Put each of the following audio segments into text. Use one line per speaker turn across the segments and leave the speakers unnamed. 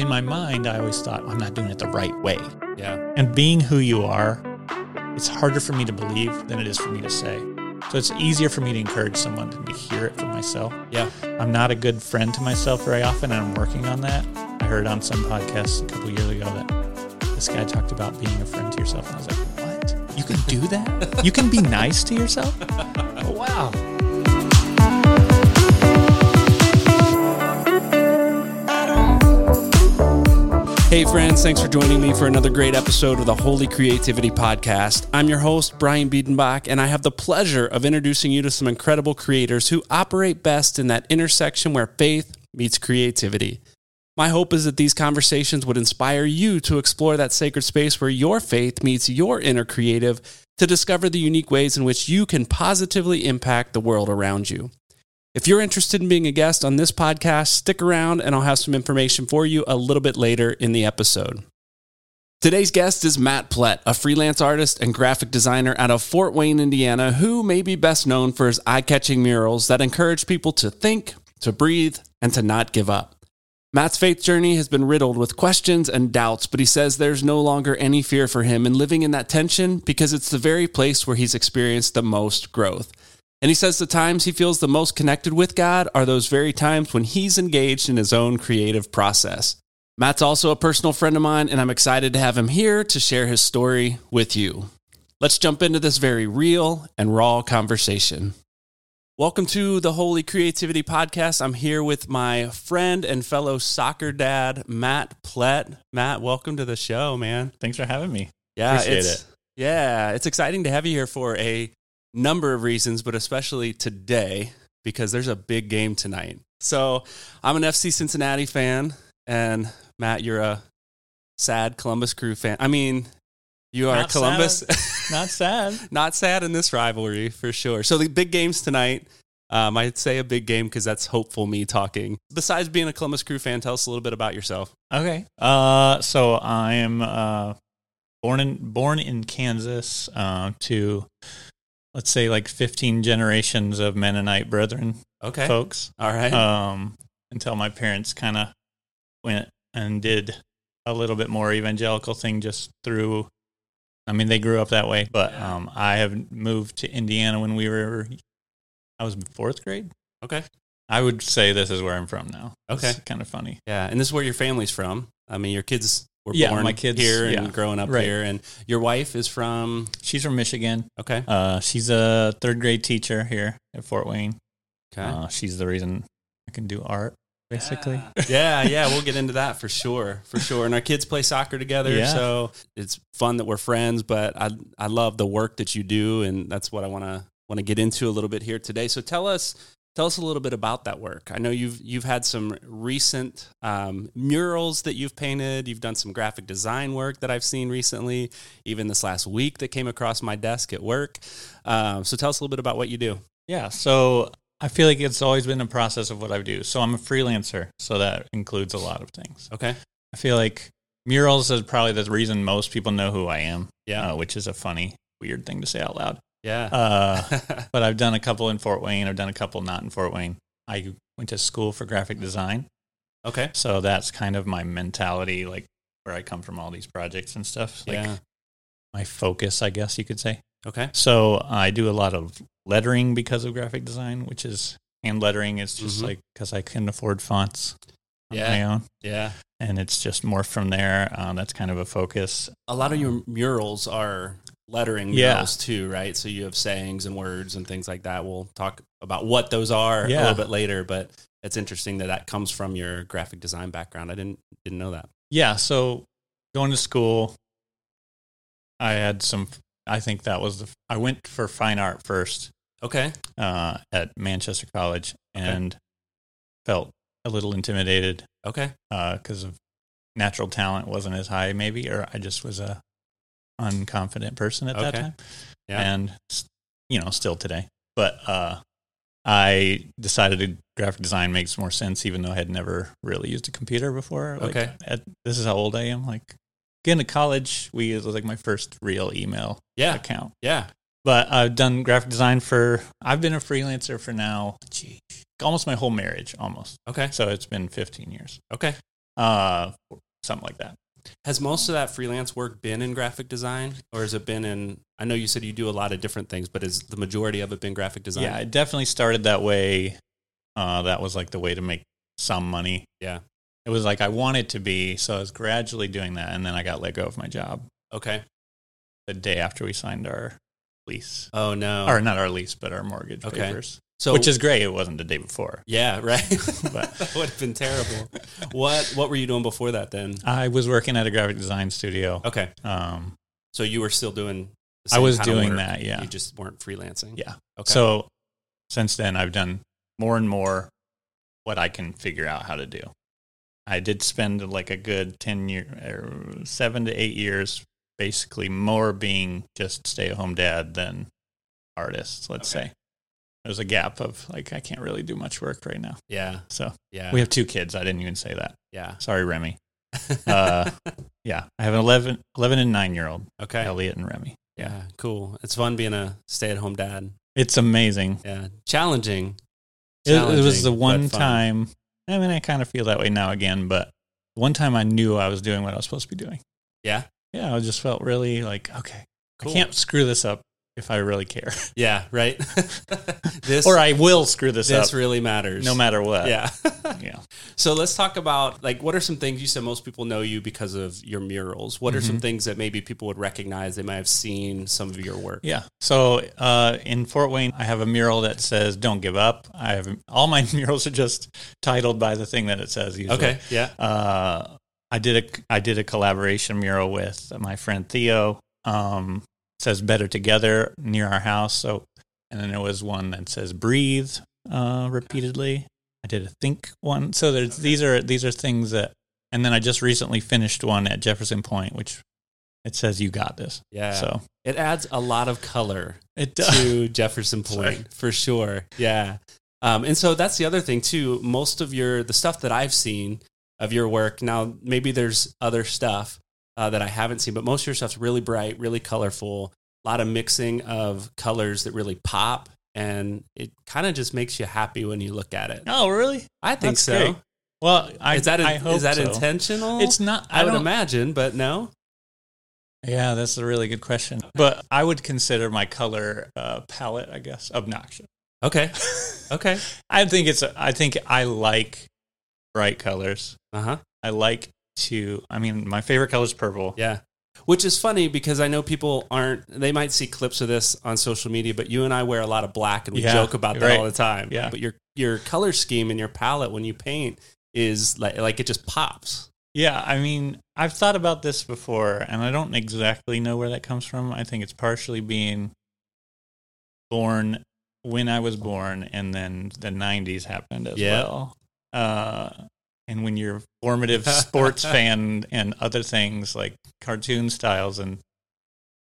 In my mind, I always thought, I'm not doing it the right way.
Yeah.
And being who you are, it's harder for me to believe than it is for me to say. So it's easier for me to encourage someone than to hear it from myself.
Yeah.
I'm not a good friend to myself very often, and I'm working on that. I heard on some podcast a couple years ago that this guy talked about being a friend to yourself, and I was like, "What? You can do that? you can be nice to yourself? Oh, wow!"
Hey, friends, thanks for joining me for another great episode of the Holy Creativity Podcast. I'm your host, Brian Biedenbach, and I have the pleasure of introducing you to some incredible creators who operate best in that intersection where faith meets creativity. My hope is that these conversations would inspire you to explore that sacred space where your faith meets your inner creative to discover the unique ways in which you can positively impact the world around you. If you're interested in being a guest on this podcast, stick around and I'll have some information for you a little bit later in the episode. Today's guest is Matt Plett, a freelance artist and graphic designer out of Fort Wayne, Indiana, who may be best known for his eye catching murals that encourage people to think, to breathe, and to not give up. Matt's faith journey has been riddled with questions and doubts, but he says there's no longer any fear for him in living in that tension because it's the very place where he's experienced the most growth. And he says the times he feels the most connected with God are those very times when he's engaged in his own creative process. Matt's also a personal friend of mine, and I'm excited to have him here to share his story with you. Let's jump into this very real and raw conversation. Welcome to the Holy Creativity Podcast. I'm here with my friend and fellow soccer dad, Matt Plett. Matt, welcome to the show, man.
Thanks for having me.
Yeah,
Appreciate
it's, Yeah, it's exciting to have you here for a number of reasons, but especially today because there's a big game tonight. So I'm an FC Cincinnati fan, and Matt, you're a sad Columbus Crew fan. I mean, you are
Not
Columbus.
Not sad.
Not sad in this rivalry for sure. So the big games tonight. Um, I'd say a big game because that's hopeful me talking. Besides being a Columbus Crew fan, tell us a little bit about yourself.
Okay. Uh, so I am uh, born in born in Kansas uh, to let's say like 15 generations of Mennonite brethren
Okay.
folks.
All right.
Um, until my parents kind of went and did a little bit more evangelical thing just through. I mean, they grew up that way, but
Yeah.
um, I have moved to Indiana when we were. I was in fourth grade.
okay.
I would say this is where I'm from now.
Okay.
kind of funny.
Yeah, and this is where your family's from. I mean, your kids were
Yeah,
born
my kids,
here and
yeah,
growing up
right.
here, and your wife is from.
She's from Michigan.
Okay,
Uh, she's a third grade teacher here at Fort Wayne.
okay,
Uh, she's the reason I can do art, basically.
yeah, yeah. We'll get into that for sure, for sure. And our kids play soccer together,
Yeah.
so it's fun that we're friends. But I, I love the work that you do, and that's what I want to want to get into a little bit here today. So tell us. Tell us a little bit about that work. I know you've you've had some recent um, murals that you've painted. You've done some graphic design work that I've seen recently, even this last week that came across my desk at work. Um, so tell us a little bit about what you do.
Yeah. So I feel like it's always been a process of what I do. So I'm a freelancer. So that includes a lot of things.
Okay.
I feel like murals is probably the reason most people know who I am,
Yeah.
uh, which is a funny, weird thing to say out loud.
Yeah.
Uh, but I've done a couple in Fort Wayne. I've done a couple not in Fort Wayne. I went to school for graphic design.
okay.
So that's kind of my mentality, like where I come from all these projects and stuff. Like
yeah.
my focus, I guess you could say.
Okay.
So I do a lot of lettering because of graphic design, which is hand lettering. It's just
Mhm.
like because I can afford fonts on
Yeah.
my own,
Yeah.
and it's just more from there. Uh, that's kind of a focus.
A lot of your murals are lettering
Um, Yeah.
murals too, right? So you have sayings and words and things like that. We'll talk about what those are
Yeah.
a little bit later, but it's interesting that that comes from your graphic design background. I didn't didn't know that.
Yeah. So going to school, I had some. I think that was the. I went for fine art first
Okay.
uh, at Manchester College
Okay.
and felt a little intimidated
Okay.
because uh, of natural talent wasn't as high, maybe, or I just was a unconfident person at that
Okay.
time,
Yeah.
and s- you know, still today. But uh, I decided to graphic design makes more sense, even though I had never really used a computer before. Like,
Okay.
at, this is how old I am. Like, getting to college, we it was like my first real email
Yeah.
account,
Yeah.
But I've done graphic design for, I've been a freelancer for now, gee, almost my whole marriage, almost.
Okay.
So it's been 15 years,
Okay.
uh, something like that.
Has most of that freelance work been in graphic design, or has it been in? I know you said you do a lot of different things, but has the majority of it been graphic design?
Yeah, it definitely started that way. Uh, that was like the way to make some money.
Yeah.
It was like I wanted to be, so I was gradually doing that. And then I got let go of my job
Okay.
the day after we signed our lease.
Oh no.
Or not our lease, but our mortgage
Okay.
papers.
So
which is great. It wasn't the day before.
yeah, right.
But-
that would have been terrible. what What were you doing before that? Then
I was working at a graphic design studio.
okay.
Um,
So you were still doing.
I
the Oh. same
was
kind of
doing
work.
that, yeah.
You just weren't freelancing.
Yeah.
Okay.
So since then, I've done more and more what I can figure out how to do. I did spend like a good 10 year, er, seven to eight years, basically more being just stay at home dad than artist, let's
Okay.
say. There's a gap of like, I can't really do much work right now.
yeah,
So uh,
yeah,
we have two kids. I didn't even say that.
yeah.
Sorry, Remy. Uh, yeah. I have an 11, 11 and nine year old,
okay.
Elliot and Remy.
yeah. cool. It's fun being a stay at home dad.
It's amazing.
Yeah, challenging.
It, it was the
Challenging,
one
but fun.
time. I mean, I kind of feel that way now again, but one time I knew I was doing what I was supposed to be doing.
Yeah,
Yeah, I just felt really like, okay,
cool.
I can't screw this up if I really care,
Yeah, right. this
or I will screw this
this
up
really matters.
no matter what.
Yeah.
yeah.
so let's talk about like what are some things you said most people know you because of your murals. What are
Mm-hmm.
some things that maybe people would recognize? They might have seen some of your work.
Yeah. So uh, in Fort Wayne, I have a mural that says "Don't give up." I have all my murals are just titled by the thing that it says. Usually.
Okay. Yeah.
uh, I did a I did a collaboration mural with my friend Theo. Um, it says "Better Together" near our house. So, and then there was one that says "Breathe" uh, repeatedly. I did a think one. So there's these are these are things that. And then I just recently finished one at Jefferson Point, which it says "You got this."
Yeah.
So
It adds a lot of color
it does.
to Jefferson
Sorry.
Point for sure. Yeah. Um, and so that's the other thing too. Most of your the stuff that I've seen of your work now, maybe there's other stuff uh, that I haven't seen, but most of your stuff's really bright, really colorful. A lot of mixing of colors that really pop, and it kind of just makes you happy when you look at it.
Oh, really?
I think
That's
so.
great. Well, I
is that in-
I hope
is that
so.
intentional?
It's not.
I,
I,
would
don't.
imagine, but no.
Yeah, that's a really good question. But I would consider my color uh, palette, I guess, obnoxious.
Okay. Okay.
I think it's. I think I like bright colors.
Uh huh.
I like to. I mean, my favorite color is purple.
Yeah. Which is funny because I know people aren't, they might see clips of this on social media, but you and I wear a lot of black and we
Yeah,
joke about that
right.
all the time.
Yeah.
But your, your color scheme and your palette when you paint is like, like it just pops.
Yeah, I mean, I've thought about this before, and I don't exactly know where that comes from. I think it's partially being born when I was born, and then the '90s happened as
Yeah.
well. Uh, and when you're a formative sports fan and other things like cartoon styles and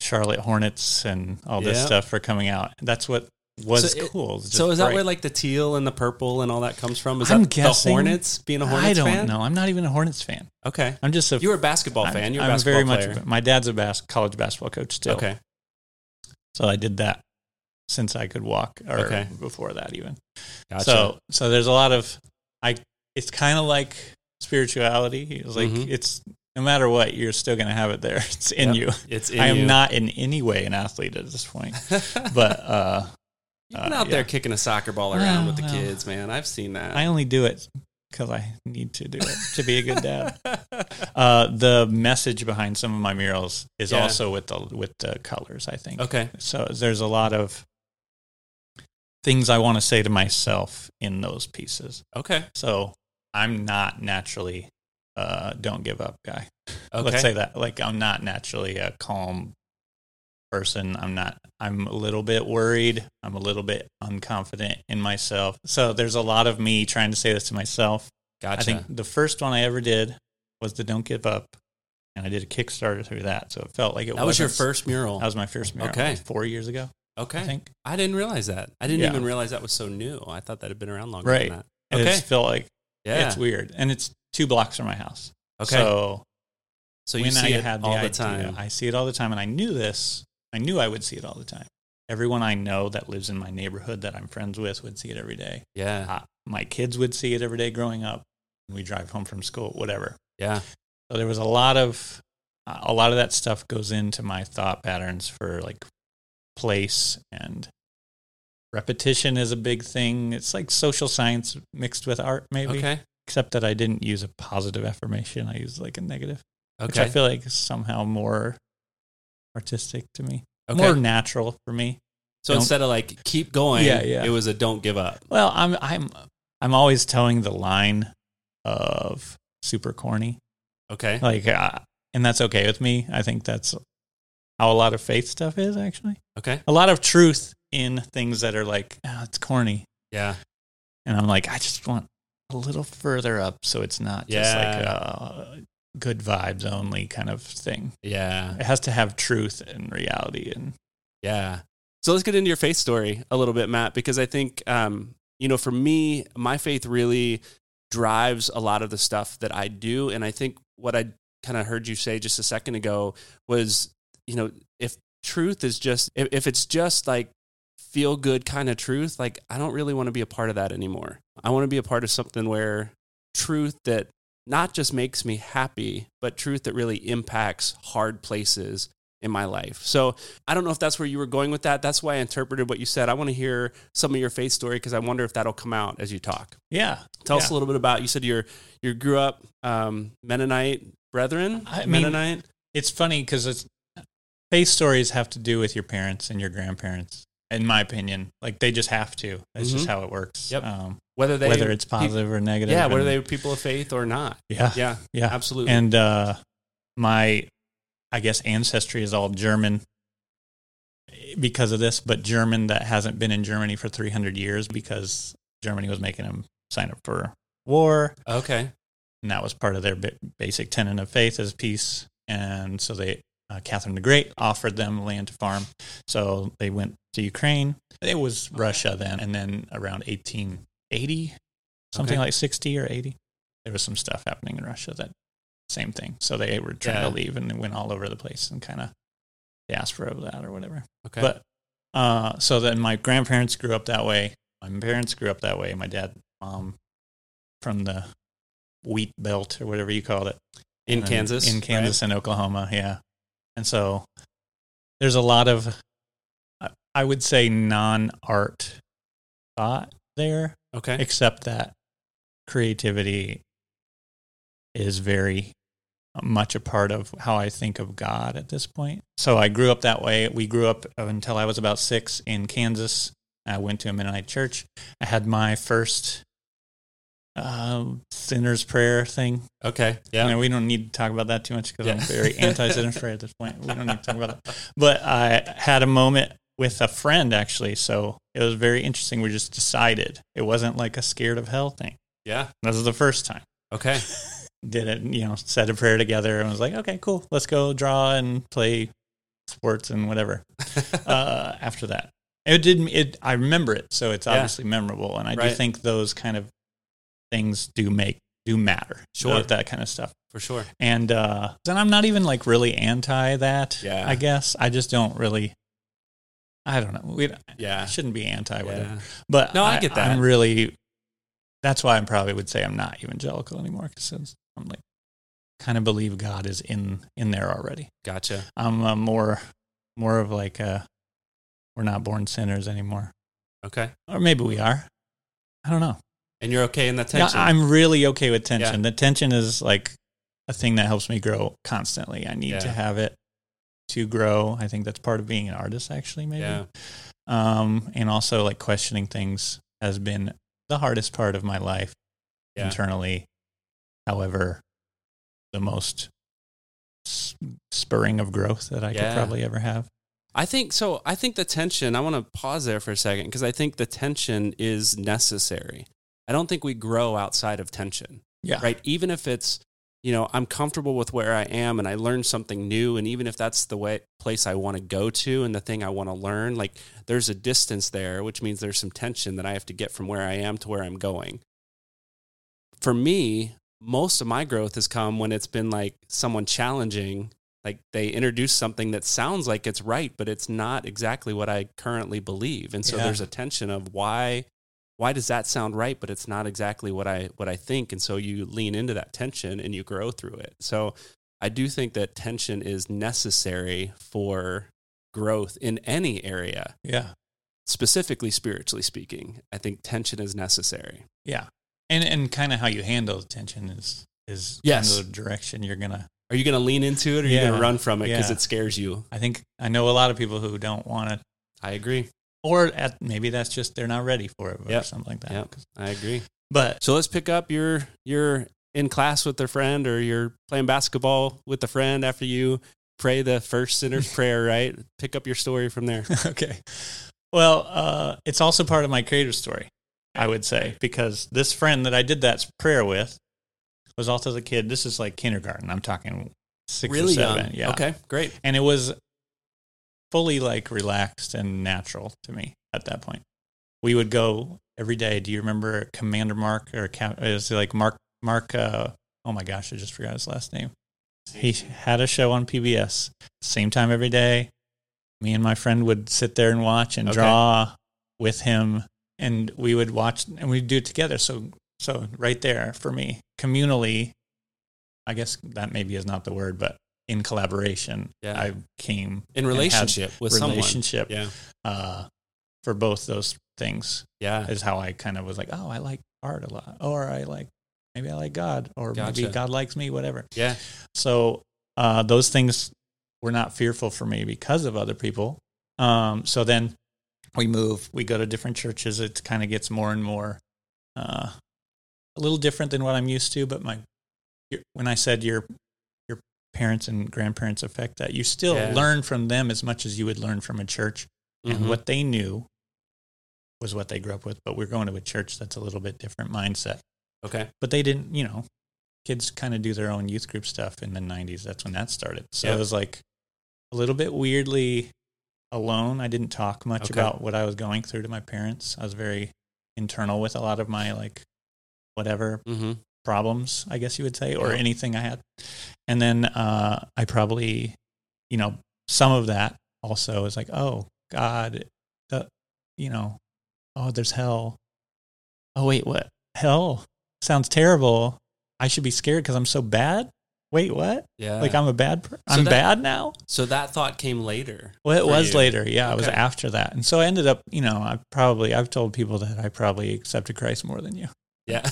Charlotte Hornets and all this
Yeah.
stuff are coming out, that's what was
So it-
cool. It's
so
just
is that
bright.
where like the teal and the purple and all that comes from? Is
I'm
that the
guessing-
Hornets being a Hornets
I don't
fan?
know. I'm not even a Hornets fan.
Okay.
I'm just a
You were a basketball fan. You're a
I'm
basketball
very
player.
much. My dad's a bas- college basketball coach still.
okay.
So I did that since I could walk, or
Okay.
before that even.
Gotcha.
So so there's a lot of I. It's kind of like spirituality. It's like
Mhm.
it's no matter what, you're still going to have it there. It's in
Yep.
you.
it's in
I am
you.
not in any way an athlete at this point, but uh,
You've been
uh,
out there
yeah.
kicking a soccer ball around
Well,
with the
well.
kids, man. I've seen that.
I only do it because I need to do it to be a good dad. Uh, the message behind some of my murals is
Yeah.
also with the with the colors. I think.
okay.
So there's a lot of things I want to say to myself in those pieces.
Okay.
So I'm not naturally uh don't give up guy.
Okay.
Let's say that. Like I'm not naturally a calm person. I'm not I'm a little bit worried. I'm a little bit unconfident in myself. So there's a lot of me trying to say this to myself.
Gotcha.
I think the first one I ever did was the don't give up. And I did a Kickstarter through that. So it felt like it
that was your
wasn't-
first mural.
that was my first mural.
Okay.
It was Four years ago,
okay.
I think.
I didn't realize that. I didn't
Yeah.
even realize that was so new. I thought that had been around longer
Right.
than that.
And
Okay.
It just felt like
Yeah.
it's weird, and it's two blocks from my house.
okay. So,
So,
you
when
see
I
it
had the
all the
idea,
time.
I see it all the time, and I knew this. I knew I would see it all the time. everyone I know that lives in my neighborhood that I'm friends with would see it every day.
Yeah.
Uh, my kids would see it every day growing up. We drive home from school, whatever.
Yeah.
So there was a lot of uh, a lot of that stuff goes into my thought patterns for like place and repetition is a big thing. It's like social science mixed with art, maybe.
Okay.
Except that I didn't use a positive affirmation. I used like a negative, which I
Okay.
feel like is somehow more artistic to me,
Okay.
more natural for me.
so
don't-
instead of like keep going,
Yeah, yeah.
it was a don't give up.
Well, I'm I'm I'm always towing the line of super corny,
Okay.
like, uh, and that's okay with me. I think that's how a lot of faith stuff is actually.
Okay.
A lot of truth in things that are like oh, it's corny,
Yeah.
and I'm like, I just want a little further up, so it's not just like
Yeah.
uh, good vibes only kind of thing.
Yeah.
It has to have truth and reality, and
Yeah. So let's get into your faith story a little bit, Matt, because I think, um, you know, for me, my faith really drives a lot of the stuff that I do. And I think what I kind of heard you say just a second ago was, you know, if truth is just, if, if it's just like feel good kind of truth, like I don't really want to be a part of that anymore. I want to be a part of something where truth that not just makes me happy, but truth that really impacts hard places in my life. So, I don't know if that's where you were going with that. That's why I interpreted what you said. I want to hear some of your faith story because I wonder if that'll come out as you talk.
yeah,
Tell us
Yeah.
a little bit about you said you're you grew up um, Mennonite brethren,
I mean-
Mennonite.
it's funny because it's faith stories have to do with your parents and your grandparents in my opinion like they just have to that's just
Mhm.
how it works
Yep.
um,
Whether they
whether it's positive or negative
yeah, whether
and-
they were people of faith or not.
yeah yeah,
Yeah, absolutely.
and uh my i guess ancestry is all german eh, because of this but german that hasn't been in germany for 300 years because germany was making them sign up for war
okay,
and that was part of their ba- basic tenet of faith is peace. And so they, uh, Catherine the Great, offered them land to farm. So they went to Ukraine. It was Russia then, and then around 1880, something
Okay.
like 60 or 80, there was some stuff happening in Russia that same thing. So they were trying
Yeah.
to leave and they went all over the place and kind of diaspora of that or whatever.
okay,
But uh, so then my grandparents grew up that way. My parents grew up that way. My dad, mom, from the wheat belt or whatever you call it
in
and-
Kansas,
in Kansas and Oklahoma. Yeah, and so there's a lot of, I- I would say, non-art thought there,
right? okay,
except that creativity is very much a part of how I think of God at this point. So I grew up that way. We grew up until I was about six in Kansas. I went to a Mennonite church. I had my first um sinner's prayer thing.
okay,
You
yeah,
know, we don't need to talk about that too much because I'm
Yeah.
very anti-sinner's prayer at this point. We don't need to talk about that. But I had a moment with a friend actually, so it was very interesting. We just decided it wasn't like a scared of hell thing.
yeah,
This is the first time
okay,
did it, you know, said a prayer together and was like, okay, cool, let's go draw and play sports and whatever. uh, after that, it didn't. It I remember it, so it's
Yeah.
obviously memorable, and I do
Right.
think those kind of things do make do matter.
Sure.
that, that kind of stuff.
for sure.
And uh, then I'm not even like really anti that.
Yeah.
I guess I just don't really. I don't know. We I
Yeah,
shouldn't be anti whatever.
yeah.
But
No, I get that.
I'm really. That's why I probably would say I'm not evangelical anymore because I'm like kind of believe God is in in there already.
gotcha.
I'm uh, more more of like a we're not born sinners anymore,
Okay,
or maybe we are. I don't know.
and you're okay in that
Yeah,
tension.
I'm really okay with tension. The tension is like a thing that helps me grow constantly. I need to
Yeah.
have it to grow. I think that's part of being an artist, actually, maybe.
yeah,
Um, and also like questioning things has been the hardest part of my life
Yeah.
internally. However, the most s- spurring of growth that I
Yeah.
could probably ever have.
I think so. I think the tension, I want to pause there for a second because I think the tension is necessary. I don't think we grow outside of tension,
Yeah.
right? Even if it's, you know, I'm comfortable with where I am and I learn something new. And even if that's the way, place I want to go to and the thing I want to learn, like there's a distance there, which means there's some tension that I have to get from where I am to where I'm going. For me, most of my growth has come when it's been like someone challenging like they introduce something that sounds like it's right but it's not exactly what i currently believe and so
Yeah.
there's a tension of why why does that sound right but it's not exactly what i what i think and so you lean into that tension and you grow through it so i do think that tension is necessary for growth in any area
Yeah.
specifically spiritually speaking i think tension is necessary
Yeah. And and kind of how you handle the tension is is
Yes.
kind of the direction you're gonna.
are you going to lean into it or are you
Yeah.
going to run from it because
Yeah.
it scares you
I think I know a lot of people who don't want to,
i agree
or at, maybe that's just they're not ready for it or
Yep.
something like that.
Yep. i agree
But
So let's pick up you're you're in class with a friend or you're playing basketball with a friend after you pray the first sinner's prayer, right? Pick up your story from there.
okay. Well, uh, it's also part of my creator story, I would say, because this friend that I did that prayer with was also the kid. This is like kindergarten. I'm talking six or seven. Yeah.
Okay, great.
And it was fully like relaxed and natural to me at that point. We would go every day. Do you remember Commander Mark or Cap- it was like Mark, Mark, uh, oh my gosh, I just forgot his last name. He had a show on PBS, same time every day. Me and my friend would sit there and watch and
Okay.
draw with him, and we would watch and we'd do it together. So, so right there for me, communally, I guess that maybe is not the word, but in collaboration,
Yeah.
I came
In relationship with
relationship
someone. Yeah.
uh, for both those things
Yeah.
is how I kind of was like, oh, I like art a lot, or I like maybe I like God, or
Gotcha.
maybe God likes me, whatever.
Yeah.
So uh, those things were not fearful for me because of other people. Um, so then we move, we go to different churches. It kind of gets more and more uh, a little different than what I'm used to. But my your- when I said your your parents and grandparents affect that, you still
Yeah.
learn from them as much as you would learn from a church
Mhm.
and what they knew was what they grew up with but we're going to a church that's a little bit different mindset
okay.
but they didn't you know kids kind of do their own youth group stuff in the 90s that's when that started so
Yeah.
it was like a little bit weirdly alone i didn't talk much
Okay.
about what i was going through to my parents i was very internal with a lot of my like whatever
hmm
problems, I guess you would say, or
Yeah.
anything I had. And then uh, I probably, you know, some of that also is like, oh God, the, you know, oh there's hell. Oh wait, what? Hell sounds terrible. I should be scared because I'm so bad. Wait, what?
Yeah.
Like I'm a bad. Per- I'm
Uh, that-
bad now.
so that thought came later.
Well, it
for
was
you.
later. Yeah, it was
Okay.
after that, and so I ended up. You know, I probably I've told people that I probably accepted Christ more than you.
Yeah.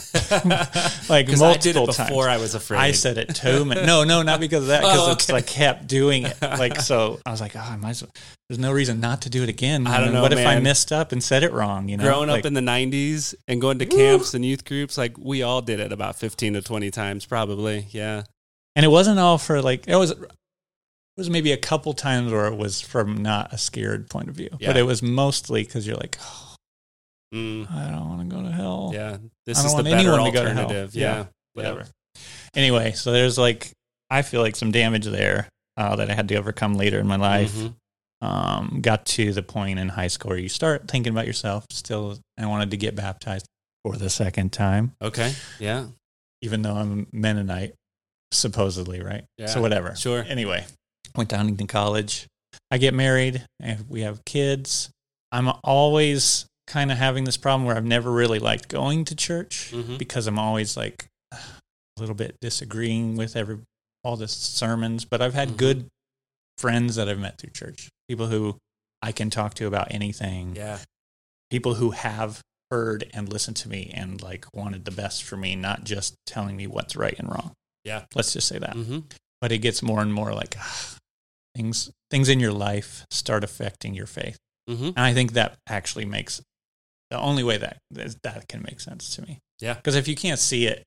Like
'Cause I did it
multiple times.
before I was afraid.
I said it too. man. No, no, not because of that. Because
Oh,
it's
okay.
like kept doing it. Like so, I was like, oh, I might. As well. There's no reason not to do it again.
I don't know,
What if I
man.
messed up and said it wrong? You know,
Growing
Like,
up in the 90s and going to
Woo.
camps and youth groups, like we all did it about 15 to 20 times, probably. Yeah.
and it wasn't all for like it was. It was maybe a couple times where it was from not a scared point of view, but
Yeah.
it was mostly because you're like, oh,
Mm.
I don't want to go to hell.
Yeah, this
I don't
is the
want
better
anyone to go to hell.
alternative.
Yeah.
Yeah,
whatever. Anyway, so there's like I feel like some damage there uh, that I had to overcome later in my life.
Mhm.
um, got to the point in high school where you start thinking about yourself. Still, I wanted to get baptized for the second time,
Okay. Yeah.
even though I'm Mennonite, supposedly, right?
Yeah.
So, whatever.
Sure.
Anyway, went to Huntington College. I get married, and we have kids. I'm always kind of having this problem where I've never really liked going to church
Mhm.
because I'm always like a little bit disagreeing with every all the sermons, but I've had
Mhm.
good friends that I've met through church. People who I can talk to about anything.
Yeah.
People who have heard and listened to me and like wanted the best for me, not just telling me what's right and wrong.
Yeah.
Let's just say that.
hmm
But it gets more and more like ah, things things in your life start affecting your faith.
hmm
And I think that actually makes the only way that that that can make sense to me.
Yeah.
Because if you can't see it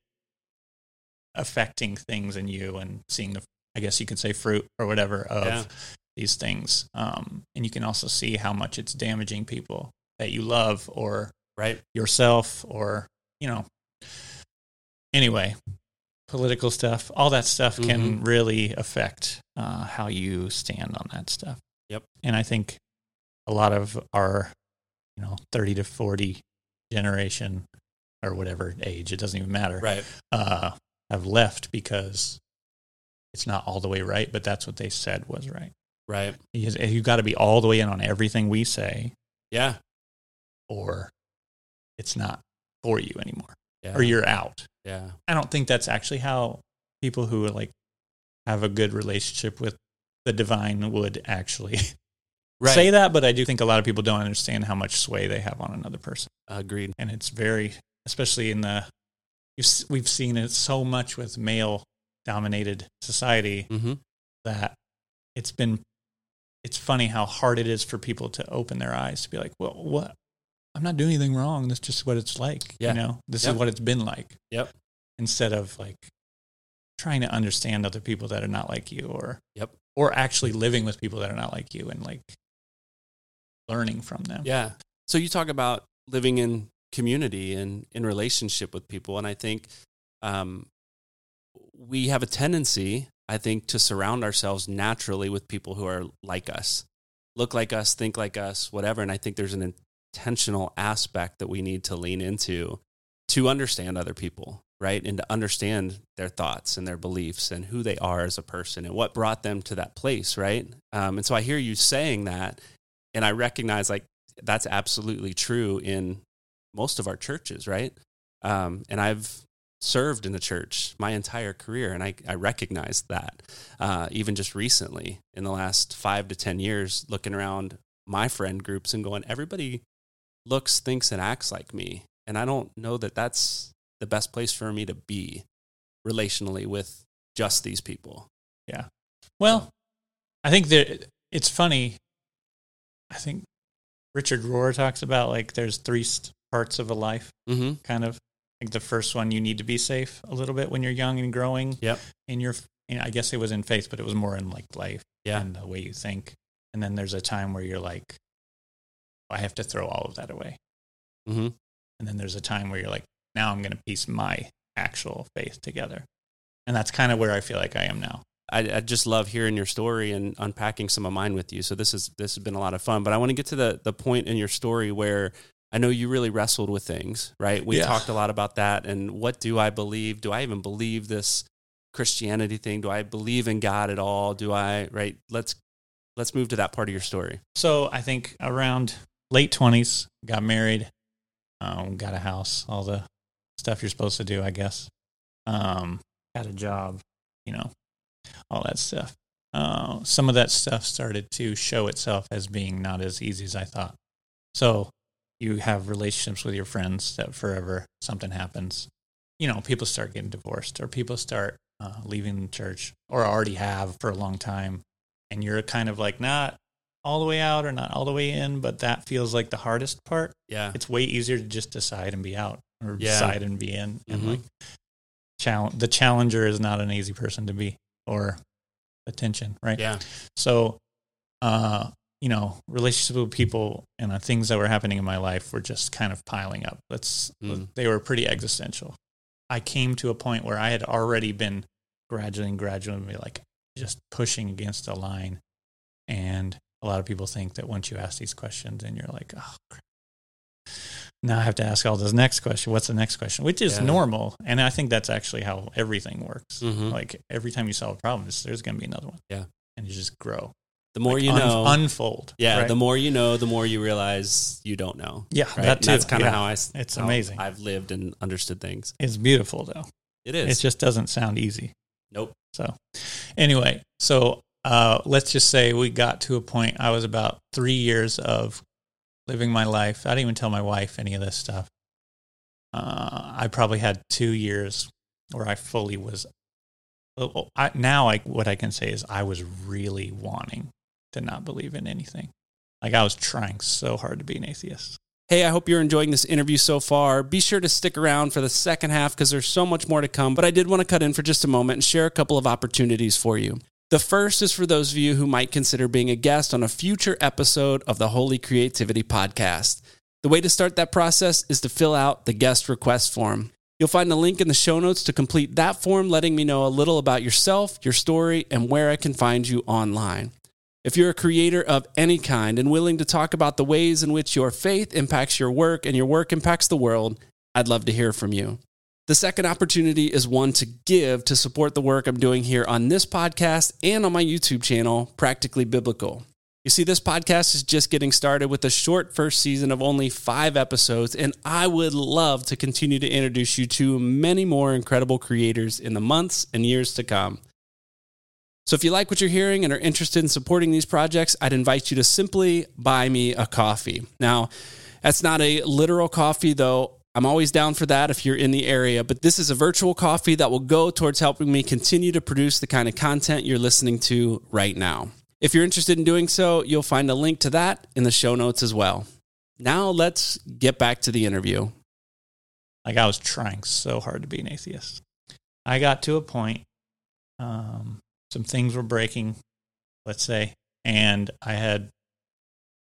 affecting things in you and seeing the, I guess you could say fruit or whatever of
Yeah.
these things, um, and you can also see how much it's damaging people that you love or
Right.
yourself or, you know, anyway, political stuff, all that stuff can really affect uh, how you stand on that stuff.
Yep.
And I think a lot of our, you know, 30 to 40 generation or whatever age, it doesn't even matter,
Right.
uh, have left because it's not all the way right, but that's what they said was right.
Right.
Because you got to be all the way in on everything we say,
Yeah.
or it's not for you anymore,
Yeah.
or you're out.
yeah.
I don't think that's actually how people who like have a good relationship with the divine would actually
Right.
say that, but I do think a lot of people don't understand how much sway they have on another person.
Agreed.
and it's very especially in the you've, s- we've seen it so much with male dominated society
Mm-hmm.
that it's been it's funny how hard it is for people to open their eyes to be like well what i'm not doing anything wrong that's just what it's like
Yeah.
you know this
Yep.
is what it's been like
Yep.
instead of like trying to understand other people that are not like you or
Yep.
or actually living with people that are not like you and like learning from them
Yeah. So you talk about living in community and in relationship with people. And I think um, we have a tendency, I think, to surround ourselves naturally with people who are like us, look like us, think like us, whatever. And I think there's an intentional aspect that we need to lean into to understand other people, right? And to understand their thoughts and their beliefs and who they are as a person and what brought them to that place, right? Um, and so I hear you saying that. And I recognize like that's absolutely true in most of our churches, right? Um, and I've served in the church my entire career, and I, I recognize that. Uh, even just recently, in the last five to 10 years, looking around my friend groups and going, everybody looks, thinks, and acts like me. And I don't know that that's the best place for me to be relationally with just these people.
Well, I think that it's funny. I think Richard Rohr talks about like there's three s- parts of a life,
Mm-hmm.
kind of. Like the first one, you need to be safe a little bit when you're young and growing.
Yep.
In your, and I guess it was in faith, but it was more in like life
Yeah.
and the way you think. And then there's a time where you're like, I have to throw all of that away.
Mhm.
And then there's a time where you're like, now I'm going to piece my actual faith together. And that's kind of where I feel like I am now.
I, I just love hearing your story and unpacking some of mine with you. So this is this has been a lot of fun. But I want to get to the the point in your story where I know you really wrestled with things, right? We
Yeah.
talked a lot about that and what do I believe? Do I even believe this Christianity thing? Do I believe in God at all? Do I right? Let's let's move to that part of your story.
So I think around late twenties, got married, um, got a house, all the stuff you're supposed to do, I guess. Um, got a job, you know, all that stuff. Uh, some of that stuff started to show itself as being not as easy as I thought. So you have relationships with your friends that forever something happens. You know, people start getting divorced or people start uh, leaving the church or already have for a long time. And you're kind of like, not all the way out or not all the way in, but that feels like the hardest part.
Yeah.
It's way easier to just decide and be out or
Yeah.
decide and be in. And
Mhm.
like, challenge, the challenger is not an easy person to be or attention, right?
Yeah.
So, uh, you know, relationships with people and the things that were happening in my life were just kind of piling up. That's
Mm.
they were pretty existential. I came to a point where I had already been gradually and gradually like just pushing against a line. And a lot of people think that once you ask these questions and you're like, oh, crap. now I have to ask all this next question. What's the next question? Which is
Yeah.
normal. And I think that's actually how everything works.
Mhm.
Like every time you solve a problem, it's- there's going to be another one.
Yeah.
And you just grow.
The more
Like,
you
un-
know.
unfold.
yeah,
right?
the more you know, the more you realize you don't know.
yeah,
Right?
that
And
too.
That's kind of
Yeah.
how I s-
It's
how
amazing.
I've lived and understood things.
it's beautiful though.
It is.
It just doesn't sound easy.
Nope.
So, anyway, so uh, let's just say we got to a point. I was about three years of living my life. I didn't even tell my wife any of this stuff. Uh, I probably had two years where I fully was. well, I, now, I, what I can say is I was really wanting to not believe in anything. Like I was trying so hard to be an atheist.
Hey, I hope you're enjoying this interview so far. Be sure to stick around for the second half because there's so much more to come. But I did want to cut in for just a moment and share a couple of opportunities for you. The first is for those of you who might consider being a guest on a future episode of the Holy Creativity Podcast. The way to start that process is to fill out the guest request form. You'll find the link in the show notes to complete that form, letting me know a little about yourself, your story, and where I can find you online. If you're a creator of any kind and willing to talk about the ways in which your faith impacts your work and your work impacts the world, I'd love to hear from you. The second opportunity is one to give to support the work I'm doing here on this podcast and on my YouTube channel, Practically Biblical. You see, this podcast is just getting started with a short first season of only five episodes, and I would love to continue to introduce you to many more incredible creators in the months and years to come. So if you like what you're hearing and are interested in supporting these projects, I'd invite you to simply buy me a coffee. Now, that's not a literal coffee, though. I'm always down for that if you're in the area, but this is a virtual coffee that will go towards helping me continue to produce the kind of content you're listening to right now. If you're interested in doing so, you'll find a link to that in the show notes as well. Now, let's get back to the interview.
Like I was trying so hard to be an atheist. I got to a point, um, some things were breaking, let's say, and I had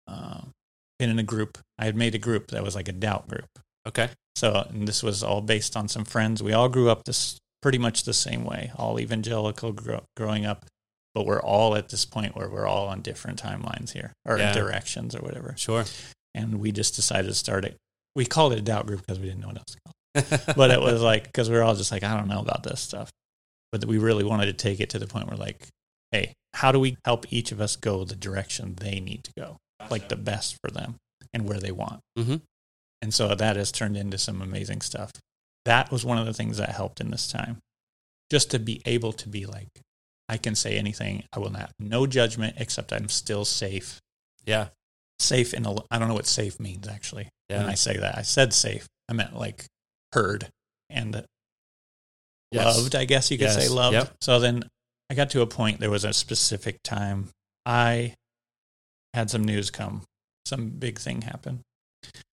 um been in a group. I had made a group that was like a doubt group.
Okay.
So, and this was all based on some friends. We all grew up this pretty much the same way, all evangelical grow, growing up, but we're all at this point where we're all on different timelines here or
Yeah.
directions or whatever.
Sure.
And we just decided to start it. We called it a doubt group because we didn't know what else to call it. But it was like, because we were all just like, I don't know about this stuff. But we really wanted to take it to the point where, like, hey, how do we help each of us go the direction they need to go? like the best for them and where they want.
Mhm.
And so that has turned into some amazing stuff. That was one of the things that helped in this time, just to be able to be like, I can say anything. I will not no judgment, except I'm still safe.
Yeah.
Safe in a. I don't know what safe means actually.
Yeah.
When I say that, I said safe. I meant like heard and
Yes.
loved. I guess you could
Yes.
say loved.
Yep.
So then I got to a point. There was a specific time I had some news come, some big thing happen.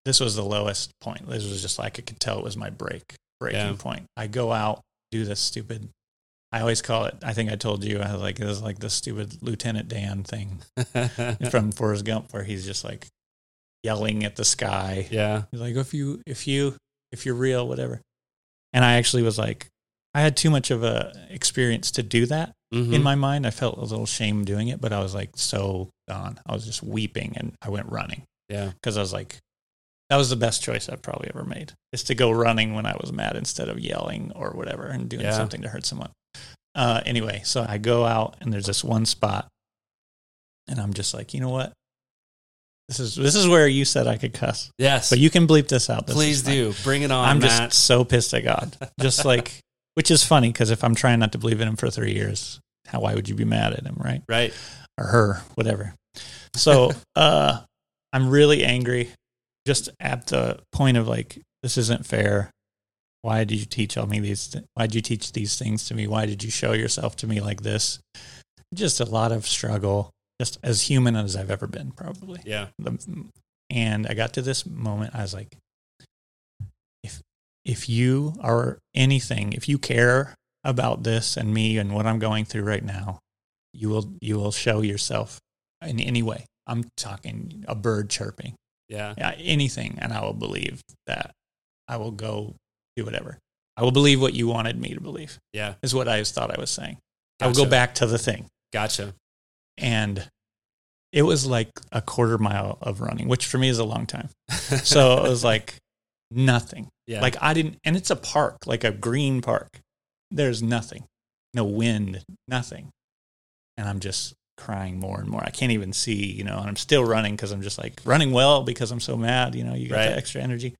This was the lowest point. This was just like I could tell it was my break breaking
Yeah.
point. I go out, do this stupid. I always call it. I think I told you I was like it was like the stupid Lieutenant Dan thing from Forrest Gump, where he's just like yelling at the sky.
yeah.
He's like, if you, if you, if you're real, whatever. And I actually was like, I had too much of a experience to do that
Mhm.
in my mind. I felt a little shame doing it, but I was like so gone. I was just weeping and I went running
yeah.
because I was like, that was the best choice I've probably ever made is to go running when I was mad instead of yelling or whatever and doing
Yeah.
something to hurt someone. Uh, anyway, so I go out and there's this one spot and I'm just like, you know what? This is, this is where you said I could cuss.
Yes.
But you can bleep this out. This is
Please
fine.
do. Bring it on.
I'm
Matt.
just so pissed at God. Just like, which is funny because if I'm trying not to believe in him for three years, how why would you be mad at him, right?
right.
Or her, whatever. So uh, I'm really angry, just at the point of like, this isn't fair. Why did you teach all me these? Th- why did you teach these things to me? Why did you show yourself to me like this? Just a lot of struggle. Just as human as I've ever been, probably
Yeah.
the, and I got to this moment. I was like, if if you are anything, if you care about this and me and what I'm going through right now, you will you will show yourself in any way. I'm talking a bird chirping,
Yeah.
yeah, anything, and I will believe that. I will go do whatever. I will believe what you wanted me to believe
Yeah.
is what I thought I was saying. I will go
Gotcha.
back to the thing
Gotcha.
and it was like a quarter mile of running, which for me is a long time. So it was like nothing.
yeah.
Like I didn't, and it's a park, like a green park. There's nothing, no wind, nothing. And I'm just crying more and more. I can't even see, you know, and I'm still running because I'm just like running well because I'm so mad, you know, you got
Right.
that extra energy.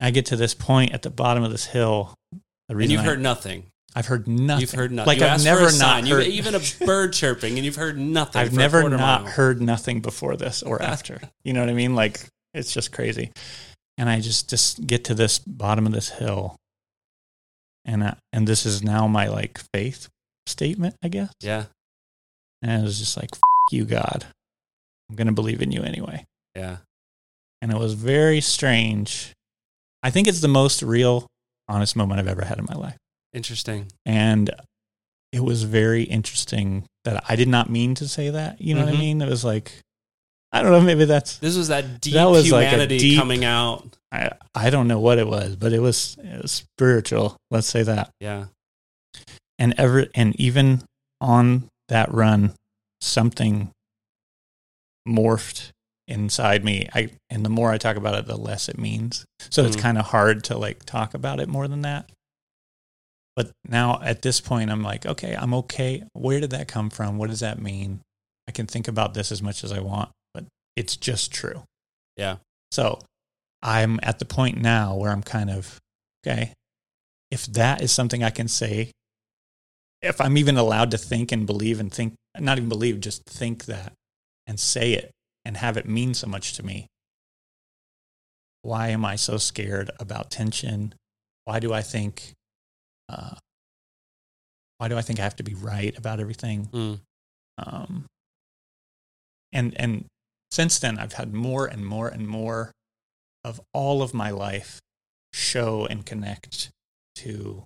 I get to this point at the bottom of this hill. The
and
reason
you've
I-
heard nothing.
I've heard nothing.
You've heard nothing.
Like
You
I've
asked
never
for
not
a sign. You-
heard
even a bird chirping, and you've heard nothing.
I've
for a
never
quarter
not
mile.
heard nothing before this or after. you know what I mean? Like it's just crazy. And I just just get to this bottom of this hill, and I, and this is now my like faith statement, I guess.
Yeah.
And it was just like, F- you God, I'm gonna believe in you anyway.
Yeah.
And it was very strange. I think it's the most real, honest moment I've ever had in my life.
Interesting.
and it was very interesting that I did not mean to say that. You know what
Mhm.
I mean? It was like I don't know. Maybe that's
This was that deep
That was like a
humanity
deep-
coming out.
I I don't know what it was, but it was, it was spiritual. Let's say that.
Yeah.
And ever and even on that run, something morphed inside me. I and the more I talk about it, the less it means. So it's
Mm.
kind of hard to like talk about it more than that. But now at this point, I'm like, okay, I'm okay. Where did that come from? What does that mean? I can think about this as much as I want, but it's just true.
Yeah.
So I'm at the point now where I'm kind of, okay, if that is something I can say, if I'm even allowed to think and believe and think, not even believe, just think that and say it and have it mean so much to me, why am I so scared about tension? Why do I think, uh, why do I think I have to be right about everything?
Mm.
um, and and since then i've had more and more and more of all of my life show and connect to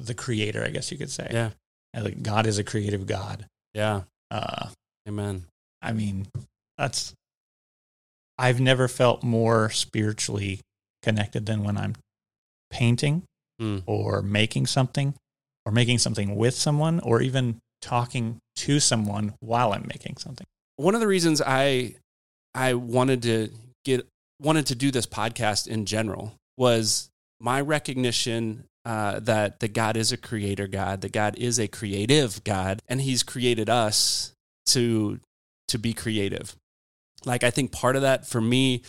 the creator i guess you could say
Yeah.
And, like, god is a creative god
Yeah.
uh,
Amen.
i mean that's i've never felt more spiritually connected than when i'm painting
Mm.
or making something or making something with someone or even talking to someone while i'm making something
one of the reasons I I wanted to get wanted to do this podcast in general was my recognition uh, that that God is a creator God, that God is a creative God, and He's created us to to be creative. Like I think part of that for me,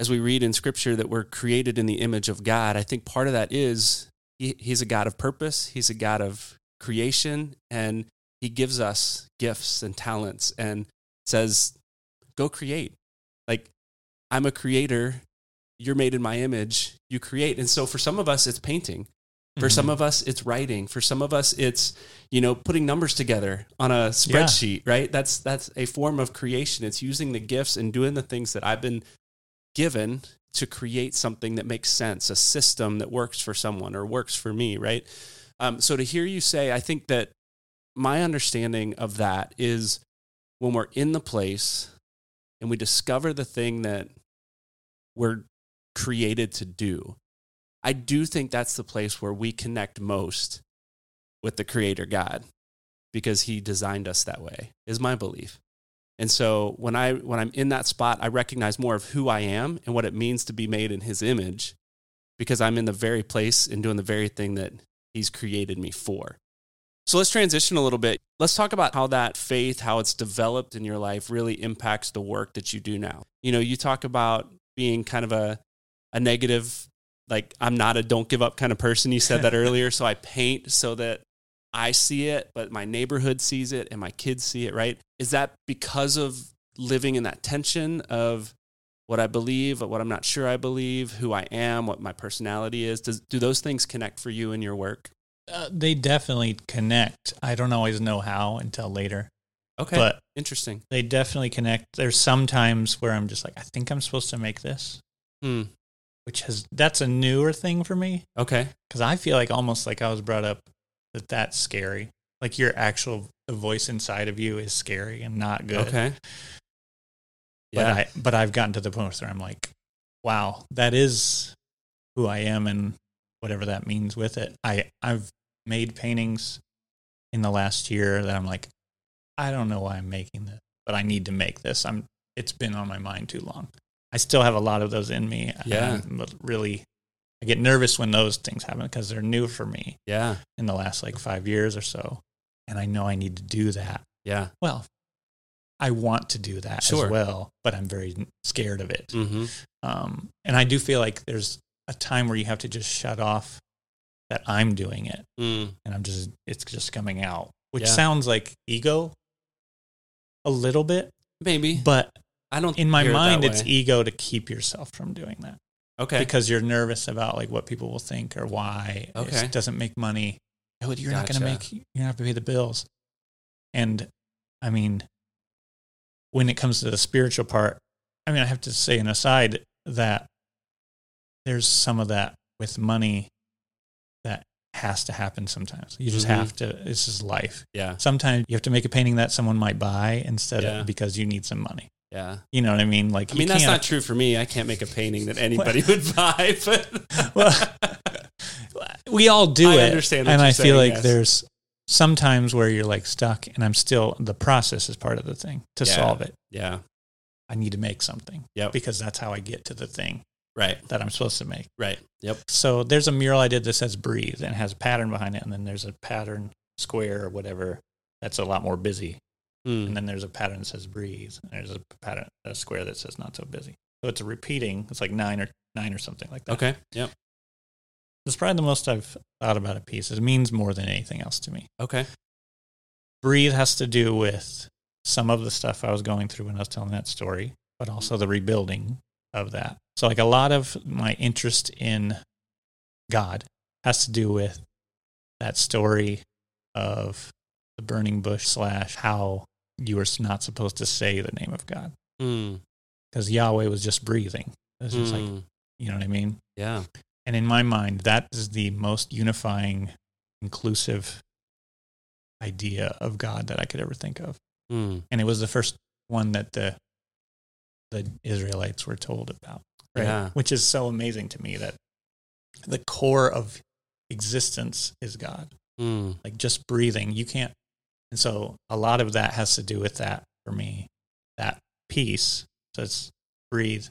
as we read in Scripture that we're created in the image of God, I think part of that is he, He's a God of purpose, He's a God of creation, and He gives us gifts and talents and says, go create. Like, I'm a creator. You're made in my image. You create. And so for some of us, it's painting. For some of us, it's writing. For some of us, it's, you know, putting numbers together on a spreadsheet, right? That's that's a form of creation. It's using the gifts and doing the things that I've been given to create something that makes sense, a system that works for someone or works for me, right? Um, so to hear you say, I think that my understanding of that is when we're in the place and we discover the thing that we're created to do, I do think that's the place where we connect most with the Creator God because He designed us that way, is my belief. And so when, I, when I'm in that spot, I recognize more of who I am and what it means to be made in His image because I'm in the very place and doing the very thing that He's created me for. So let's transition a little bit. Let's talk about how that faith, how it's developed in your life, really impacts the work that you do now. You know, you talk about being kind of a, a negative, like I'm not a don't give up kind of person. You said that earlier. So I paint so that I see it, but my neighborhood sees it and my kids see it, right? Is that because of living in that tension of what I believe, what I'm not sure I believe, who I am, what my personality is? Does, do those things connect for you in your work?
Uh, they definitely connect. I don't always know how until later,
Okay.
but
Interesting.
they definitely connect. There's some times where I'm just like, I think I'm supposed to make this,
Hmm.
which has that's a newer thing for me
Okay.
because I feel like almost like I was brought up that that's scary. Like your actual the voice inside of you is scary and not good.
Okay.
But I but I've gotten to the point where I'm like, wow, that is who I am and whatever that means with it. I I've made paintings in the last year that I'm like, I don't know why I'm making this, but I need to make this. I'm it's been on my mind too long. I still have a lot of those in me.
Yeah.
I'm really I get nervous when those things happen because they're new for me
yeah.
in the last like 5 years or so. And I know I need to do that
Yeah.
well, I want to do that
Sure.
as well, but I'm very scared of it.
Mm-hmm.
Um, and I do feel like there's a time where you have to just shut off that I'm doing it
Mm.
and I'm just, it's just coming out, which
Yeah.
sounds like ego a little bit,
Maybe.
but
I don't.
in my
hear it that
mind, it's
way.
ego to keep yourself from doing that
okay.
because you're nervous about like what people will think or why
Okay.
it doesn't make money. Oh, You're not going to
Gotcha.
make. You're gonna have to pay the bills. And I mean, when it comes to the spiritual part, I mean, I have to say an aside that there's some of that with money that has to happen sometimes. You just
Mhm.
have to. This is life.
yeah.
Sometimes you have to make a painting that someone might buy instead
Yeah.
of because you need some money.
Yeah.
You know what I mean? Like,
I
you
mean, that's
can't-
not true for me. I can't make a painting that anybody would buy, but
Well, we all do
I
it.
understand what
and
you're
I feel
saying,
like
yes.
there's sometimes where you're like stuck, and I'm still the process is part of the thing to
Yeah.
solve it.
yeah.
I need to make something
Yep.
because that's how I get to the thing
Right.
that I'm supposed to make.
Right. Yep.
So there's a mural I did that says breathe and it has a pattern behind it. And then there's a pattern square or whatever that's a lot more busy.
Mm.
And then there's a pattern that says breathe. And there's a pattern, a square that says not so busy. So it's a repeating. It's like nine or nine or something like that.
Okay. Yep.
It's probably the most I've thought about a piece. It means more than anything else to me.
Okay.
Breathe has to do with some of the stuff I was going through when I was telling that story, but also the rebuilding of that. So, like a lot of my interest in God has to do with that story of the burning bush slash how you were not supposed to say the name of God
Mm.
because Yahweh was just breathing. It was just like,
Mm.
you know what I mean?
yeah.
And in my mind, that is the most unifying, inclusive idea of God that I could ever think of.
Mm.
And it was the first one that the the Israelites were told about. Right.
Yeah.
Which is so amazing to me that the core of existence is God.
Mm.
Like just breathing. You can't and so a lot of that has to do with that for me. That peace. So it's breathe,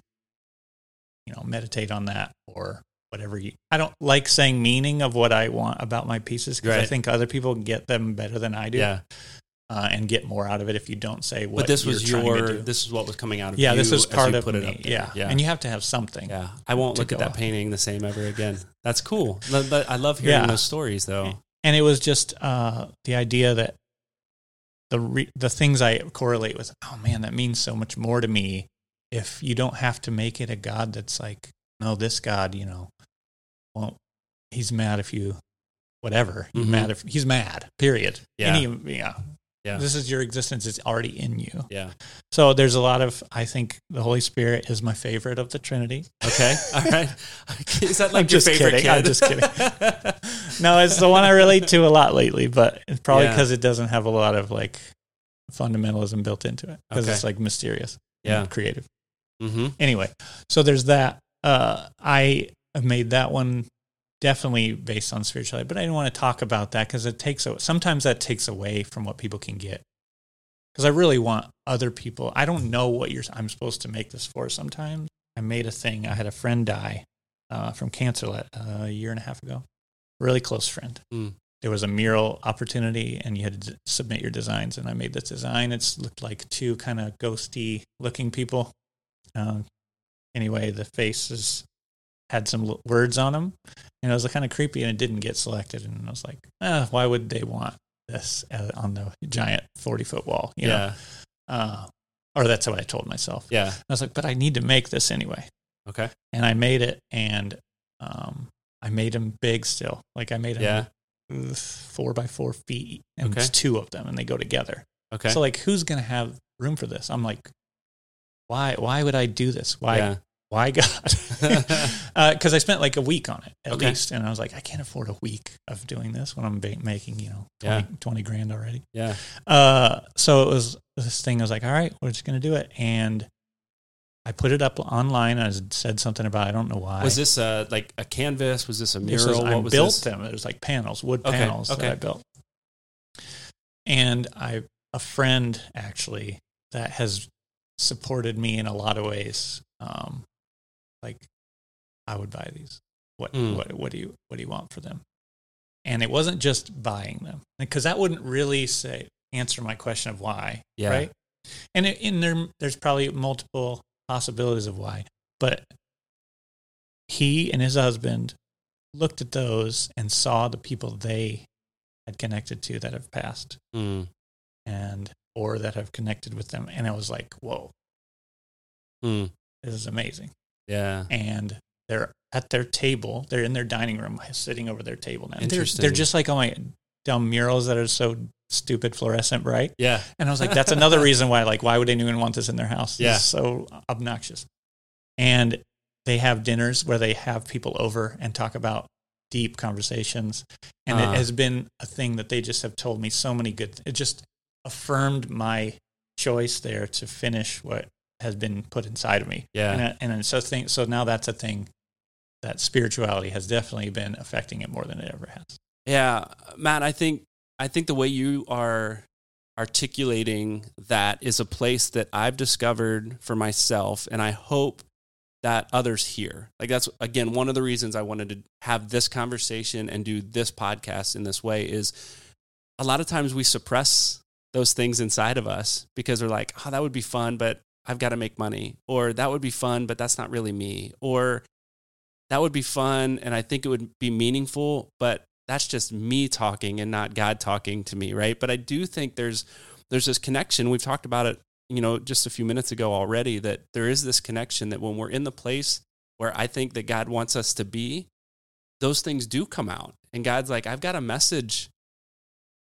you know, meditate on that or whatever you I don't like saying meaning of what I want about my pieces because I
Right.
think other people get them better than I do.
Yeah.
Uh, and get more out of it if you don't say what
But this
you're
was
trying to
your.
do.
This is what was coming out of
yeah,
you
this was
as you
part of
put
me.
it up there.
yeah.
Yeah.
and you have to have something.
Yeah, I won't
to
look at
go
that
off.
painting the same ever again. That's cool. But- but I love hearing
Yeah.
those stories, though.
And it was just uh, the idea that the re- the things I correlate with. Oh man, that means so much more to me if you don't have to make it a god that's like, no, this god, you know, won't. He's mad if you, whatever. He's
Mhm.
mad if he's mad. Period.
Yeah.
Any, yeah.
Yeah.
This is your existence. It's already in you.
Yeah.
So there's a lot of. I think the Holy Spirit is my favorite of the Trinity.
Okay. All right. Is that
I'm
like your
just
favorite
kidding.
kid?
I'm just
kidding.
No, it's the one I relate to a lot lately, but it's probably
Yeah.
because it doesn't have a lot of like fundamentalism built into it because
Okay.
it's like mysterious,
Yeah.
and creative.
mm-hmm.
Anyway, so there's that. Uh, I have made that one definitely based on spirituality, but I didn't want to talk about that because it takes a, sometimes that takes away from what people can get. Because I really want other people. I don't know what you're. I'm supposed to make this for. Sometimes I made a thing. I had a friend die uh, from cancer let- a year and a half ago. Really close friend.
Mm.
There was a mural opportunity, and you had to d- submit your designs. And I made this design. It's looked like two kind of ghosty looking people. Um, anyway, the faces had some l- words on them, and it was kind of creepy, and it didn't get selected. And I was like, ah, why would they want this uh, on the giant forty foot wall? You know?
Yeah.
Uh, or that's what I told myself.
Yeah.
I was like, but I need to make this anyway
Okay.
and I made it, and um, I made them big still. Like I made
Yeah.
them four by four feet, and
Okay.
it's two of them, and they go together.
Okay.
So like, who's gonna have room for this? I'm like, why? Why would I do this? Why?
yeah.
Why God? Because I spent like a week on it at
Okay.
least, and I was like, I can't afford a week of doing this when I'm ba- making you know 20,
Yeah.
20 grand already.
Yeah.
Uh, so it was this thing. I was like, all right, we're just gonna do it, and. I put it up online. I said something about I don't know why.
Was this a, like a canvas? Was this a
This
mural?
is- I
what was
built
this?
them. There's like panels, wood
Okay,
panels
okay.
that I built. And I, a friend actually that has supported me in a lot of ways. Um, like, I would buy these. What,
Mm.
what, what do you, what do you want for them? And it wasn't just buying them because that wouldn't really say answer my question of why,
Yeah.
right? And it, in there, there's probably multiple possibilities of why, but he and his husband looked at those and saw the people they had connected to that have passed
Mm.
and or that have connected with them and i was like whoa
Mm.
this is amazing
Yeah.
and they're at their table they're in their dining room sitting over their table now they're,
Interesting.
they're just like all my dumb murals that are so stupid fluorescent bright
Yeah.
and i was like that's another reason why like why would anyone want this in their house
Yeah.
it's so obnoxious and they have dinners where they have people over and talk about deep conversations and
Ah.
it has been a thing that they just have told me so many good it just affirmed my choice there to finish what has been put inside of me
Yeah.
and, I- and so thing so now that's a thing that spirituality has definitely been affecting it more than it ever has
Yeah, Matt, I think I think the way you are articulating that is a place that I've discovered for myself, and I hope that others hear. Like that's again one of the reasons I wanted to have this conversation and do this podcast in this way is a lot of times we suppress those things inside of us because we're like, oh, that would be fun, but I've got to make money, or that would be fun, but that's not really me, or that would be fun, and I think it would be meaningful, but that's just me talking and not God talking to me, right? But I do think there's there's this connection. We've talked about it, you know, just a few minutes ago already that there is this connection that when we're in the place where I think that God wants us to be, those things do come out. And God's like, I've got a message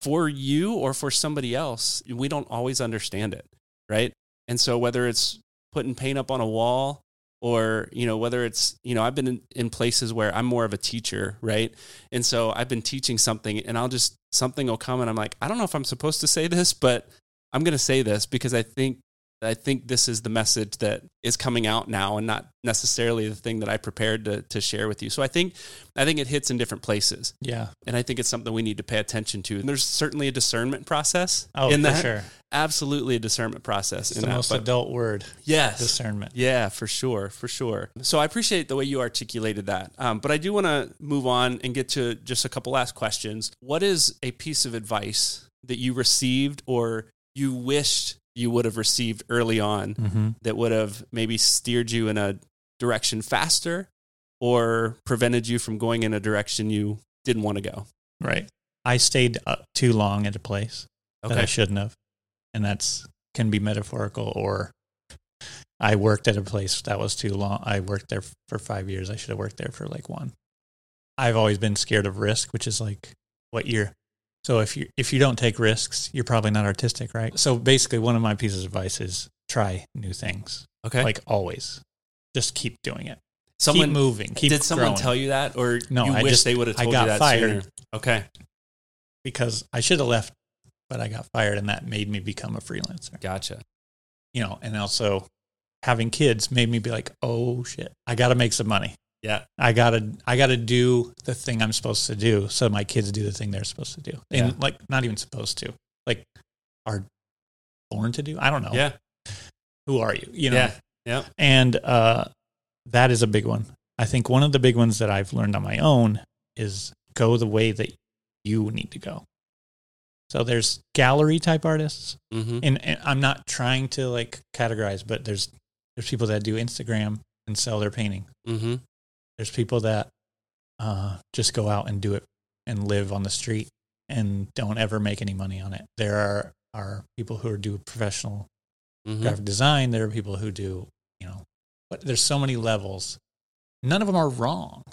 for you or for somebody else. We don't always understand it, right? And so whether it's putting paint up on a wall or you know whether it's you know i've been in, in places where i'm more of a teacher right and so i've been teaching something and i'll just something will come and i'm like i don't know if i'm supposed to say this but i'm going to say this because i think i think this is the message that is coming out now and not necessarily the thing that i prepared to, to share with you so i think i think it hits in different places
Yeah.
and i think it's something we need to pay attention to and there's certainly a discernment process
Oh,
in
for
that
sure.
absolutely a discernment process
It's
in
the
that,
most
but-
adult word,
yes
discernment.
yeah, for sure, for sure. So I appreciate the way you articulated that. Um, but I do want to move on and get to just a couple last questions. What is a piece of advice that you received or you wished you would have received early on
Mm-hmm.
that would have maybe steered you in a direction faster or prevented you from going in a direction you didn't want to go?
Right. I stayed uh, too long at a place that I shouldn't have, and that's can be metaphorical or. I worked at a place that was too long. I worked there for five years. I should have worked there for like one. I've always been scared of risk, which is like what you're. So if you if you don't take risks, you're probably not artistic, right? So basically, one of my pieces of advice is try new things,
Okay.
like always. Just keep doing it.
someone
keep moving. Keep
did someone
growing.
tell you that or
No,
you
I
wish
just-
they would have
I
told
got
you that
fired.
sooner? Okay.
because I should have left, but I got fired, and that made me become a freelancer.
Gotcha.
You know, and also having kids made me be like, oh shit, I got to make some money.
Yeah.
I gotta, I gotta do the thing I'm supposed to do, so my kids do the thing they're supposed to do, and
Yeah.
like not even supposed to, like are born to do. I don't know.
Yeah.
Who are Oh, you? You know.
Yeah. Yeah.
And uh, that is a big one. I think one of the big ones that I've learned on my own is go the way that you need to go. So there's gallery type artists,
Mm-hmm.
and, and I'm not trying to like categorize, but there's there's people that do Instagram and sell their painting.
Mm-hmm.
There's people that uh, just go out and do it and live on the street and don't ever make any money on it. There are are people who do professional
Mm-hmm.
graphic design. There are people who do, you know, but there's so many levels. None of them are wrong.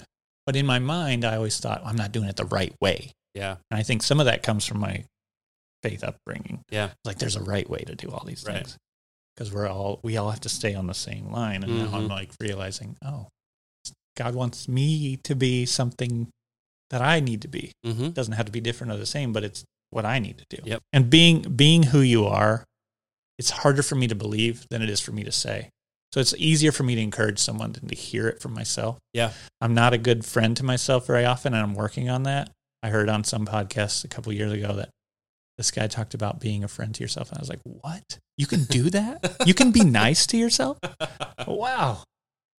But in my mind, I always thought, I'm not doing it the right way.
Yeah.
And I think some of that comes from my faith upbringing.
Yeah.
Like there's a right way to do all these
Right.
things because we're all, we all have to stay on the same line. And now I'm
Mm-hmm.
like realizing, oh, God wants me to be something that I need to be
Mm-hmm.
it doesn't have to be different or the same, but it's what I need to do.
Yep.
And being being who you are, it's harder for me to believe than it is for me to say. So it's easier for me to encourage someone than to hear it from myself.
Yeah.
I'm not a good friend to myself very often, and I'm working on that. I heard on some podcasts a couple years ago that this guy talked about being a friend to yourself, and I was like, "What? You can do that? you can be nice to yourself? Wow!"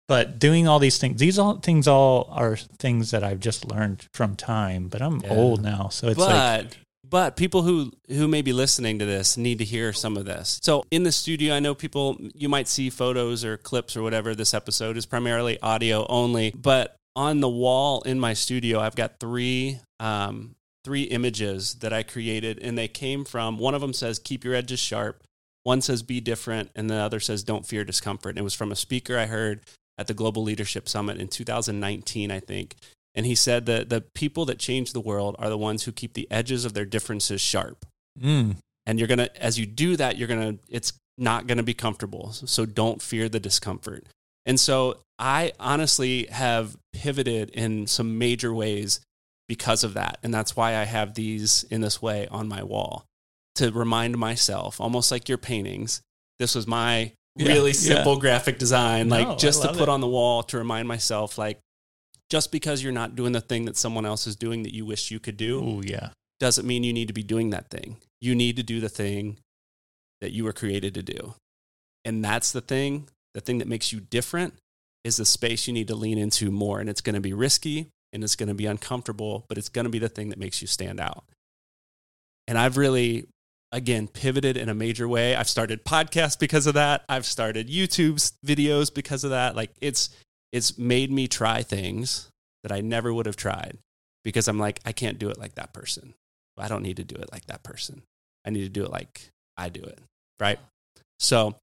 But doing all these things, these all things all are things that I've just learned from time. But I'm
Yeah.
old now, so it's like
but but people who who may be listening to this need to hear some of this. So in the studio, I know people you might see photos or clips or whatever. This episode is primarily audio only, but on the wall in my studio, I've got three um, three images that I created, and they came from one of them says "Keep your edges sharp." One says be different, and the other says don't fear discomfort. And it was from a speaker I heard at the Global Leadership Summit in 2019, I think. And he said that the people that change the world are the ones who keep the edges of their differences sharp.
Mm,
And you're going to, as you do that, you're going to, it's not going to be comfortable. So don't fear the discomfort. And so I honestly have pivoted in some major ways because of that. And that's why I have these in this way on my wall to remind myself, almost like your paintings. This was my
Yeah,
really
yeah.
simple graphic design,
No, I
like just to
love
put
it.
on the wall to remind myself, like, just because you're not doing the thing that someone else is doing that you wish you could do,
oh yeah,
doesn't mean you need to be doing that thing. You need to do the thing that you were created to do. And that's the thing, the thing that makes you different is the space you need to lean into more. And it's going to be risky and it's going to be uncomfortable, but it's going to be the thing that makes you stand out. And I've really, again, pivoted in a major way. I've started podcasts because of that. I've started YouTube's videos because of that. Like it's, it's made me try things that I never would have tried because I'm like, I can't do it like that person. I don't need to do it like that person. I need to do it like I do it. Right. So,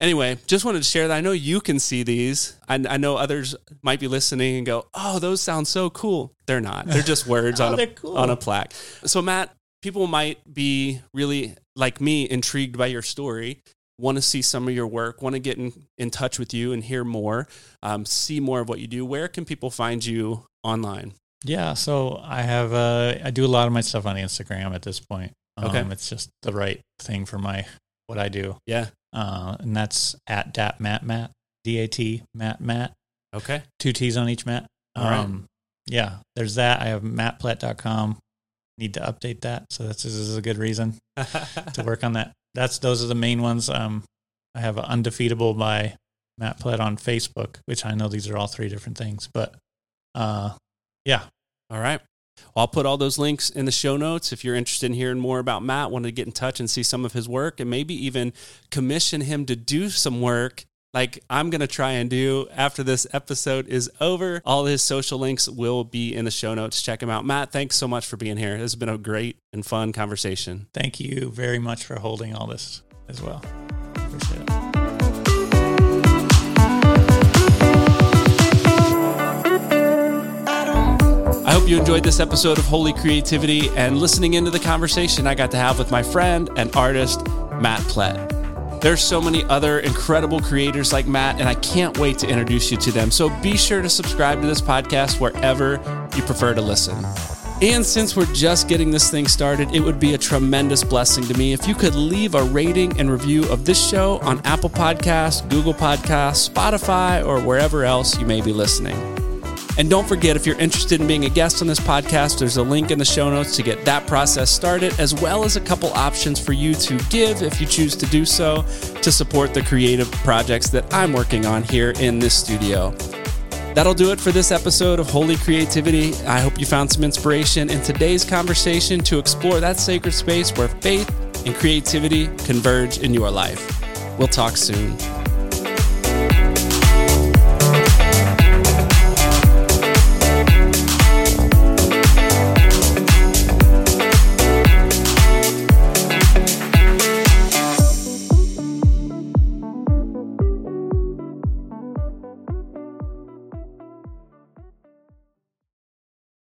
anyway, just wanted to share that. I know you can see these. I, I know others might be listening and go, "Oh, those sound so cool." They're not. They're just words
Oh,
on a
they're cool.
on a plaque. So, Matt, people might be really like me, intrigued by your story. Want to see some of your work? Want to get in, in touch with you and hear more, um, see more of what you do? Where can people find you online?
Yeah, so I have uh, I do a lot of my stuff on Instagram at this point. Um,
Okay.
it's just the right thing for my what I do,
Yeah.
uh, and that's at dat mat mat d a t mat mat
Okay.
two T's on each mat. Um,
All right.
Yeah, there's that. I have mattplatt.com. Need to update that, so that's this is a good reason to work on that. That's those are the main ones. Um, I have undefeatable by Matt Platt on Facebook, which I know these are all three different things, but uh, yeah,
All right. Well, I'll put all those links in the show notes if you're interested in hearing more about Matt, want to get in touch and see some of his work, and maybe even commission him to do some work like I'm going to try and do after this episode is over. All his social links will be in the show notes. Check him out. Matt, thanks so much for being here. This has been a great and fun conversation.
thank you very much for holding all this as well. Appreciate it.
I hope you enjoyed this episode of Holy Creativity and listening into the conversation I got to have with my friend and artist, Matt Plett. There's so many other incredible creators like Matt, and I can't wait to introduce you to them. So be sure to subscribe to this podcast wherever you prefer to listen. And since we're just getting this thing started, it would be a tremendous blessing to me if you could leave a rating and review of this show on Apple Podcasts, Google Podcasts, Spotify, or wherever else you may be listening. And don't forget, if you're interested in being a guest on this podcast, there's a link in the show notes to get that process started, as well as a couple options for you to give, if you choose to do so, to support the creative projects that I'm working on here in this studio. That'll do it for this episode of Holy Creativity. I hope you found some inspiration in today's conversation to explore that sacred space where faith and creativity converge in your life. We'll talk soon.